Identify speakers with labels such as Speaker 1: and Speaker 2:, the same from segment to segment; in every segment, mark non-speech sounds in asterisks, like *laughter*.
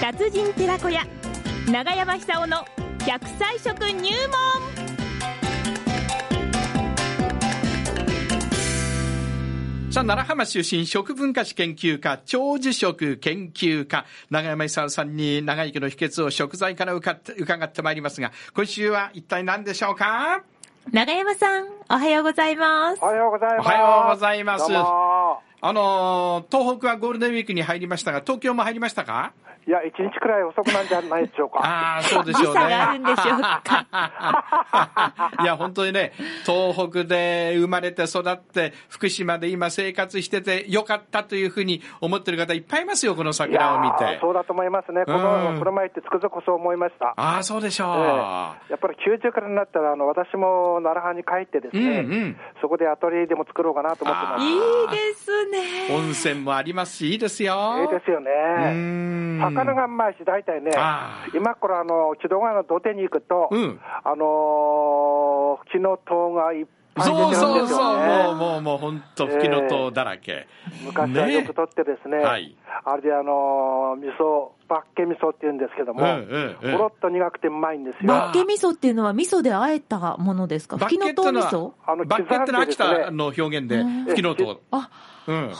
Speaker 1: 達人寺子屋長山久夫の100歳食入門
Speaker 2: さあ、奈良浜出身食文化史研究家、長寿食研究家、長山勲さんに長生きの秘訣を食材から伺って伺ってまいりますが、今週は一体何でしょうか
Speaker 1: 長山さんおはようございます
Speaker 3: おはようござ
Speaker 2: お
Speaker 3: います。
Speaker 2: はようございます
Speaker 3: どうも
Speaker 2: あのー、東北はゴールデンウィークに入りましたが、東京も入りましたか
Speaker 3: いや、一日くらい遅くなんじゃないでしょうか。
Speaker 2: ああ、そうでしょう
Speaker 1: 時差があ
Speaker 2: ね
Speaker 1: る。んでしょうか
Speaker 2: *laughs* いや、本当にね、東北で生まれて育って、福島で今生活しててよかったというふうに思ってる方いっぱいいますよ、この
Speaker 3: いや
Speaker 2: 桜を見て
Speaker 3: ー。そうだと思いますね。こ
Speaker 2: うん
Speaker 3: の、この前行ってつくづくそう思いました。
Speaker 2: ああ、そうでしょう。
Speaker 3: ええやっぱり90からになったら、あの、私も奈良藩に帰ってですね、
Speaker 2: うんうん
Speaker 3: そこでアトリエでも作ろうかなと思ってま
Speaker 2: あ
Speaker 3: す。
Speaker 1: いいですね
Speaker 2: 温泉もありますし、いいですよ。
Speaker 3: ええですよね。魚
Speaker 2: 魚
Speaker 3: がうまいし、大体ね
Speaker 2: あー、
Speaker 3: 今頃、あの、千戸川の土手に行くと、
Speaker 2: うん
Speaker 3: あのー、木の塔がいっぱい出てるん
Speaker 2: そう
Speaker 3: ですよね。
Speaker 2: そうそう、もうもうもう本当、吹きの塔だらけ。
Speaker 3: 昔はよく取ってですね、
Speaker 2: ねはい
Speaker 3: あれであのー味噌、バッケ味噌って言うんですけども、
Speaker 2: うんうんうん
Speaker 3: ほろっと苦くてうまいんですよ。
Speaker 1: バッケ味噌っていうのは味噌で和えたものですか
Speaker 2: バ
Speaker 1: ふ
Speaker 2: ッケ
Speaker 1: き
Speaker 2: っ
Speaker 1: の
Speaker 2: て
Speaker 1: とう
Speaker 2: の
Speaker 1: 味噌
Speaker 3: あの
Speaker 2: は、バッケってのは秋
Speaker 3: 刻んでです
Speaker 2: 田
Speaker 3: ね
Speaker 2: の表現で
Speaker 1: う、ん
Speaker 2: 吹きの塔。
Speaker 1: あ
Speaker 2: うん。はい
Speaker 1: は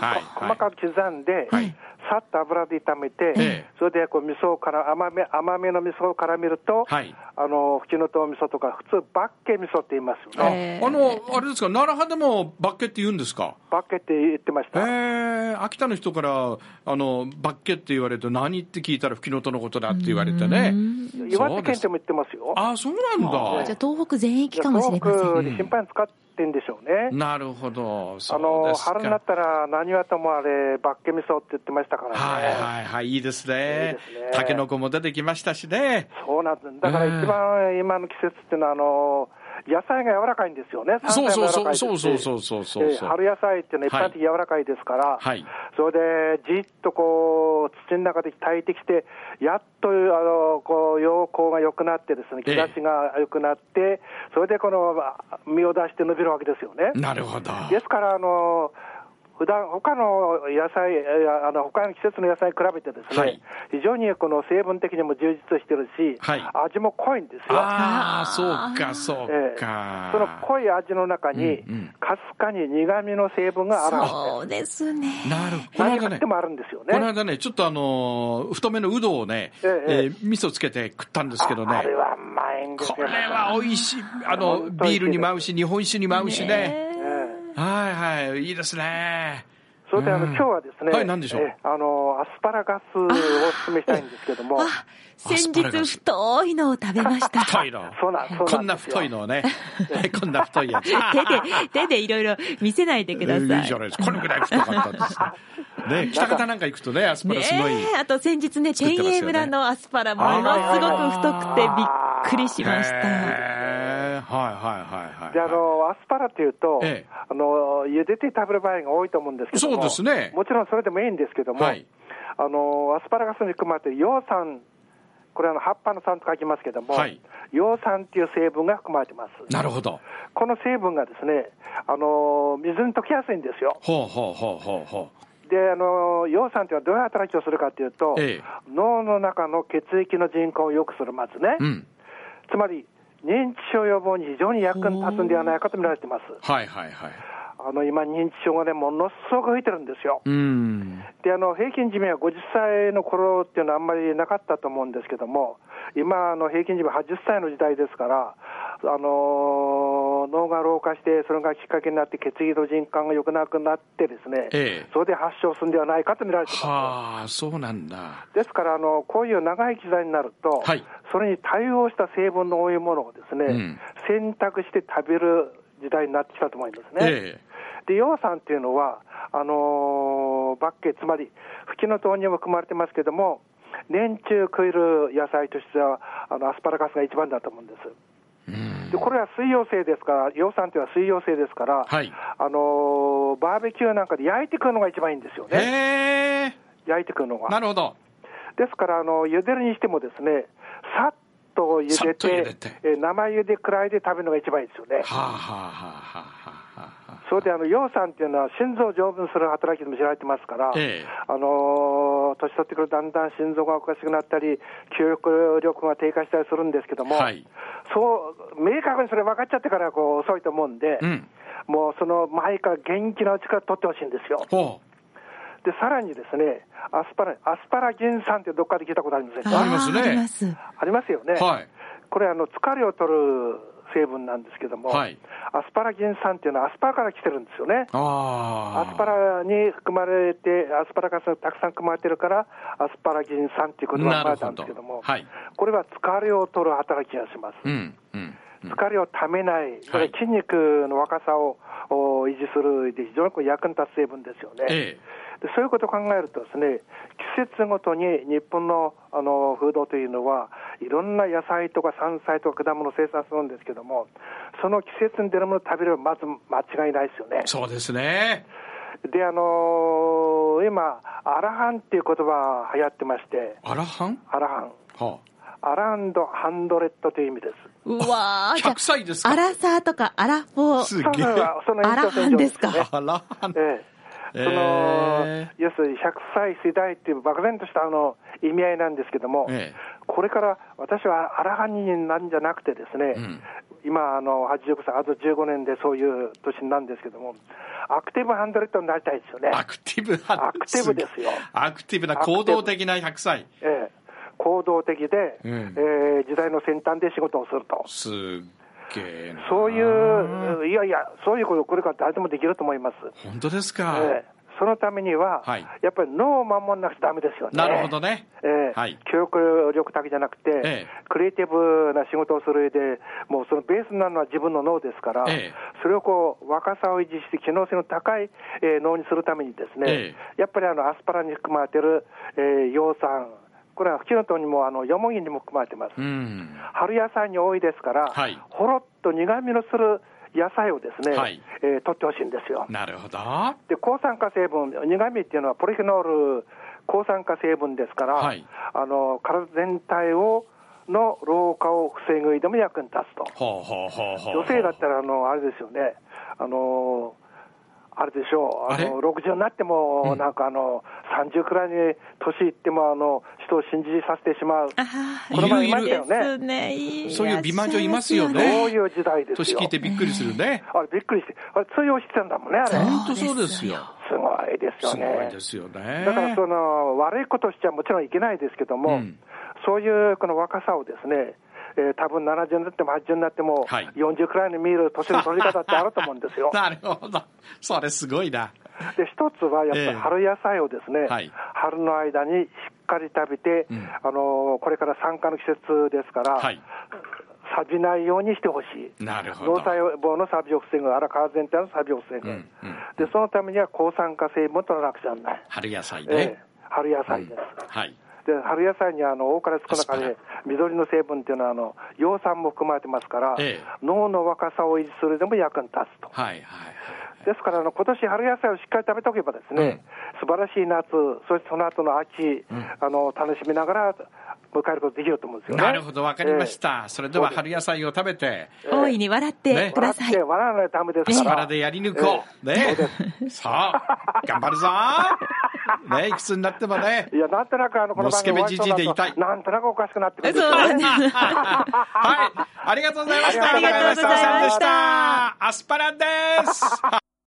Speaker 1: あ
Speaker 3: 細
Speaker 2: は
Speaker 3: かく刻んで、
Speaker 2: はい
Speaker 3: さっと油で炒めて、
Speaker 2: ええ
Speaker 3: それでこう味噌をから甘め甘めの味噌を絡めると、
Speaker 2: はい
Speaker 3: あのふきのとう味噌とか、普通、バッケ味噌って言いますよね、
Speaker 2: い。ああの、あれですか、奈良派でもバッケって言うんですか
Speaker 3: バッケって言ってまし
Speaker 2: え
Speaker 3: た。
Speaker 2: ー、秋田の人から、あの、バッケって言われると何って聞いたら吹きの塔のことだって言われてね。
Speaker 3: 岩手県でも言ってますよ。
Speaker 2: ああ、そう
Speaker 1: あ
Speaker 2: なん
Speaker 1: じゃあ
Speaker 2: だ。
Speaker 1: 東北全域かもしれませ
Speaker 3: すご
Speaker 1: ん
Speaker 3: く頻繁に使ってんでしょうね。
Speaker 2: なるほど。そ
Speaker 3: あ
Speaker 2: う
Speaker 3: の
Speaker 2: ですか
Speaker 3: 春になったら、何はともあれ、バッケ味噌って言ってましたからね、
Speaker 2: はいはいはい、いいですね
Speaker 3: いいですね。
Speaker 2: タケノコも出てきましたしね。
Speaker 3: そうなんです、だから一番今の季節っていうのは、あの野菜が柔らかいんですよね、
Speaker 2: そうそう
Speaker 3: 山菜
Speaker 2: そ
Speaker 3: も
Speaker 2: う
Speaker 3: 柔らかいですし
Speaker 2: そうそうそうそうそう
Speaker 3: ええ春野菜っていうのは一般的に柔らかいですから、
Speaker 2: はい
Speaker 3: それでじっとこう、土の中で炊いてきて、やっとあのこう陽光が良くなって、ですね
Speaker 2: ええ
Speaker 3: 日差しが良くなって、それでこのあ実を出して伸びるわけですよね。
Speaker 2: なるほど。
Speaker 3: ですから、あの普段他の野菜、えーあの他の季節の野菜に比べてですね、
Speaker 2: はい
Speaker 3: 非常にこの成分的にも充実してるし、
Speaker 2: はい
Speaker 3: 味も濃いんですよ。
Speaker 2: ああ、
Speaker 1: あー
Speaker 2: そうかそうか。
Speaker 3: その濃い味の中に
Speaker 2: うんうん、
Speaker 3: かすかに苦味の成分があるんですね。
Speaker 1: そうですね
Speaker 2: なるこの
Speaker 3: 何
Speaker 2: 間
Speaker 3: 食っ
Speaker 2: ね
Speaker 3: て。もあるんですよ
Speaker 2: この
Speaker 3: ね。
Speaker 2: 間ね、ちょっとあのー太めのうどをね、え
Speaker 3: ええ
Speaker 2: ー味噌つけて食ったんですけど
Speaker 3: あ
Speaker 2: ね
Speaker 3: れ、はうまいんですよ
Speaker 2: こ。れは美味しい、あの、
Speaker 3: 本当に美味しいです
Speaker 2: ビールにも合うし、日本酒にも合うしね。
Speaker 1: ね
Speaker 3: ええ
Speaker 2: はいはい、いいですね。
Speaker 3: それであの
Speaker 2: うん
Speaker 3: 今日はですね、
Speaker 2: はい何でしょう
Speaker 3: えあのアスパラガスをお勧めしたいんですけども、
Speaker 1: あ先
Speaker 2: アスパラガ
Speaker 1: 日
Speaker 2: ス
Speaker 1: 太いのを食べました
Speaker 2: *laughs* 太いの。
Speaker 3: そうなんそうなんですよ
Speaker 2: こんな太いのを
Speaker 3: *laughs*
Speaker 2: ね。こんな太いやつ。
Speaker 1: 手で、手でいろいろ見せないでください。
Speaker 2: いいじゃないですか。これぐらい太かったん
Speaker 1: *laughs*
Speaker 2: です。ね、北方なんか行くとね、アス
Speaker 1: ね
Speaker 2: パラすごい。
Speaker 1: え、あと先日ね、
Speaker 2: 作って
Speaker 1: 天
Speaker 2: ますよね
Speaker 1: 栄村のアスパラものすごく太くてびっくりしまし
Speaker 2: へーはいはいはいはい。
Speaker 3: であのアスパラというと、
Speaker 2: ええ
Speaker 3: あの、茹でて食べる場合が多いと思うんですけども、
Speaker 2: そうですね
Speaker 3: もちろんそれでもいいんですけども、
Speaker 2: はい
Speaker 3: あのアスパラガスに含まれてる葉酸、これあの、葉っぱの酸と書きますけども、
Speaker 2: はい
Speaker 3: 葉酸っていう成分が含まれてます。
Speaker 2: なるほど。
Speaker 3: この成分がですね、あの水に溶けやすいんですよ。
Speaker 2: ほうほうほうほうほ
Speaker 3: で、あの葉酸というのはどういう働きをするかというと、
Speaker 2: ええ
Speaker 3: 脳の中の血液の循環を良くする、まずね、
Speaker 2: う。うん。
Speaker 3: つまり認知症予防に非常に役に立つんではないかと見られています。
Speaker 2: はいはいはい。
Speaker 3: あの今、認知症がね、ものすごく増えてるんですよ。
Speaker 2: うん。
Speaker 3: で、あの平均寿命は50歳の頃っていうのはあんまりなかったと思うんですけども、今、あの平均寿命80歳の時代ですから、あのー脳が老化して、それがきっかけになって、血液の循環が良くなくなってですね、
Speaker 2: ええ
Speaker 3: それで発症するんではないかと見られています。
Speaker 2: はあ、そうなんだ。
Speaker 3: ですからあの、こういう長い機材になると、
Speaker 2: はい
Speaker 3: それに対応した成分の多いものをですね、
Speaker 2: うん
Speaker 3: 選択して食べる時代になってきたと思いますね。
Speaker 2: え
Speaker 3: で、葉酸っていうのは、あのーバッケ、つまり、フキノトウにも含まれてますけども、年中食える野菜としては、あのアスパラガスが一番だと思うんです。
Speaker 2: え。うん。
Speaker 3: で、これは水溶性ですから、葉酸っていうのは水溶性ですから、
Speaker 2: はい
Speaker 3: あのーバーベキューなんかで焼いて食うのが一番いいんですよね。
Speaker 2: へえ。
Speaker 3: 焼いて食うのが。
Speaker 2: なるほど。
Speaker 3: ですから、あの茹でるにしてもですね、さっと茹
Speaker 2: さっ
Speaker 3: で
Speaker 2: と
Speaker 3: て、
Speaker 2: 茹でて
Speaker 3: えー生茹でくらいで食べるのが一番いいですよ
Speaker 2: は
Speaker 3: ね。
Speaker 2: あはあはあはあはあ。
Speaker 3: それであの葉酸っていうのは心臓を丈夫にする働きでも知られてますから、
Speaker 2: ええ
Speaker 3: あのー年取ってくるとだんだん心臓がおかしくなったり、記憶力が低下したりするんですけども、
Speaker 2: はい
Speaker 3: そう明確にそれ分かっちゃってからこう遅いと思うんで、
Speaker 2: うん
Speaker 3: もうその前から元気なうちから取ってほしいんですよ。
Speaker 2: ほう
Speaker 3: で、さらにですね、アスパラ、アスパラギン酸ってどっかで聞いたことありません
Speaker 2: あ
Speaker 3: か
Speaker 2: りますね
Speaker 4: あーあります。
Speaker 3: ありますよね。
Speaker 2: はい
Speaker 3: これあの、疲れを取る成分なんですけども、
Speaker 2: はい
Speaker 3: アスパラギン酸っていうのはアスパラから来てるんですよね。
Speaker 2: あ
Speaker 3: ア
Speaker 2: あ
Speaker 3: スパラに含まれて、アスパラガスがたくさん含まれてるから、アスパラギン酸っていうことが生まれたんですけど
Speaker 2: なる
Speaker 3: も、
Speaker 2: ほどはい
Speaker 3: これは疲れを取る働きがします。
Speaker 2: うんうんうん
Speaker 3: 疲れをためない、そ
Speaker 2: は
Speaker 3: れ
Speaker 2: い
Speaker 3: 筋肉の若さをお維持する上で非常にこう役に立つ成分ですよね。
Speaker 2: ええ
Speaker 3: でそういうことを考えるとですね、季節ごとに日本のあの風土というのは、いろんな野菜とか山菜とか果物を生産するんですけども、その季節に出るものを食べればまず間違いないですよね。
Speaker 2: そうですね
Speaker 3: で、あのー今、アラハンっていう言葉流行ってまして、
Speaker 2: アラハン
Speaker 3: アラハン。
Speaker 2: は
Speaker 3: アランドハンドレットという意味です。
Speaker 4: うわ
Speaker 2: あ
Speaker 4: ーじゃ
Speaker 2: 100歳です
Speaker 4: あ、ア
Speaker 2: か
Speaker 4: ラサーとかアラフォー。
Speaker 2: すげえ
Speaker 3: その延長線上よね
Speaker 2: アラハン
Speaker 3: ええその
Speaker 2: え
Speaker 3: 要するに100歳世代っていう漠然としたあの意味合いなんですけども、
Speaker 2: ええ
Speaker 3: これから私はアラハニ人なんじゃなくてですね、
Speaker 2: うん
Speaker 3: 今あの85歳あと15年でそういう年なんですけどもアクティブハンドレットになりたいですよね、
Speaker 2: アクティブな
Speaker 3: アクティブですよ
Speaker 2: アクティブな行動的な100歳
Speaker 3: ええ行動的で、
Speaker 2: うん
Speaker 3: ええ時代の先端で仕事をすると
Speaker 2: すっげえな
Speaker 3: そういういやいやそういうことこれから誰でもできると思います、
Speaker 2: 本当ですか、
Speaker 3: ええそのためには、
Speaker 2: はい
Speaker 3: やっぱり脳を守らなくちゃだめですよね。
Speaker 2: なるほどね
Speaker 3: ええ
Speaker 2: はい
Speaker 3: 記憶力だけじゃなくて、
Speaker 2: ええ
Speaker 3: クリエイティブな仕事をする上で、もうそのベースになるのは自分の脳ですから、
Speaker 2: ええ
Speaker 3: それをこう若さを維持して、機能性の高い、えー脳にするためにですね、
Speaker 2: え
Speaker 3: やっぱりあのアスパラに含まれてる、えー、葉酸、これはキノトにもあのヨモギにも含まれてます。
Speaker 2: うん
Speaker 3: 春野菜に多いですから、
Speaker 2: はい
Speaker 3: ほろっと苦みのする野菜をですね、
Speaker 2: はい
Speaker 3: えー取ってほしいんですよ。
Speaker 2: なるほど
Speaker 3: で抗酸化成分、苦味っていうのはポリフェノール抗酸化成分ですから、
Speaker 2: はい
Speaker 3: あの体全体をの老化を防ぐ上でも役に立つと、
Speaker 2: ほうほうほうほう
Speaker 3: 女性だったらあのあれですよね、あのあれでしょう、あ
Speaker 2: あれ
Speaker 3: の60になっても、なんかあの30くらいに年いってもあの、人を信じさせてしまう、
Speaker 4: あー
Speaker 3: この前いま
Speaker 4: い
Speaker 3: し
Speaker 4: い
Speaker 3: た
Speaker 4: で
Speaker 3: よ
Speaker 4: す、
Speaker 3: ね
Speaker 4: ね。い
Speaker 2: そういう美魔女いますよね
Speaker 4: らっしゃい
Speaker 3: そういう時代です
Speaker 2: 年
Speaker 3: よ
Speaker 2: 聞い。てびっくりするね
Speaker 3: あれびっくりして、あれ通用してたんだもんね、あれ、す
Speaker 4: え
Speaker 2: 本当そうですよ
Speaker 3: ごいですよ
Speaker 2: す
Speaker 3: ね。
Speaker 2: ごいですよね
Speaker 3: だからその悪いことしちゃもちろんいけないですけど
Speaker 2: う
Speaker 3: も、
Speaker 2: ん
Speaker 3: そういうこの若さをですね、えー多分70になっても80になっても、
Speaker 2: はい。
Speaker 3: 40くらいに見える年の取り方ってあると思うんですよ
Speaker 2: *laughs* なるほどそれすごいな
Speaker 3: で、一つはやっぱり春野菜をですね、
Speaker 2: えはい
Speaker 3: 春の間にしっかり食べて、
Speaker 2: うん
Speaker 3: あのーこれから酸化の季節ですから、
Speaker 2: はい
Speaker 3: 錆びないようにしてほしい。
Speaker 2: なるほど
Speaker 3: 脳細胞の錆びを防ぐ、あら皮全体の錆びを防ぐ、
Speaker 2: うんうん
Speaker 3: で、そのためには抗酸化成分を取らなくちゃならない。
Speaker 2: 春野菜
Speaker 3: え
Speaker 2: ね
Speaker 3: え、春野菜です。
Speaker 2: はい
Speaker 3: で春野菜にはあの多かれ少なかれ緑の成分っていうのはあの葉酸も含まれてますから、
Speaker 2: ええ
Speaker 3: 脳の若さを維持するでも役に立つと。
Speaker 2: はいはい
Speaker 3: ですからあの今年春野菜をしっかり食べておけばですね、素晴らしい夏、そしてその後の秋、あの楽しみながら迎えることできると思うんですよね。
Speaker 2: なるほどわかりまし
Speaker 3: ええ。
Speaker 2: た、それでは春野菜を食べて
Speaker 4: 大いに笑ってくだ
Speaker 3: 笑
Speaker 4: さ
Speaker 3: っ
Speaker 4: い
Speaker 3: て。笑わないためです
Speaker 2: アス
Speaker 3: か
Speaker 2: パ
Speaker 3: ら。
Speaker 2: ラでやり抜こう、ねさあ頑張るぞねいくつになってもね *laughs*
Speaker 3: いや、なんとなくあの、この番組
Speaker 2: もうスケベじじいでいたい
Speaker 3: なんとなくおかしくなってくるんです
Speaker 4: そう
Speaker 3: よ
Speaker 4: で
Speaker 3: ね。
Speaker 4: すね。
Speaker 2: はいありがとうございました
Speaker 3: ありがとうございまし
Speaker 2: 中
Speaker 3: た
Speaker 2: 山久夫さんでしたアスパラです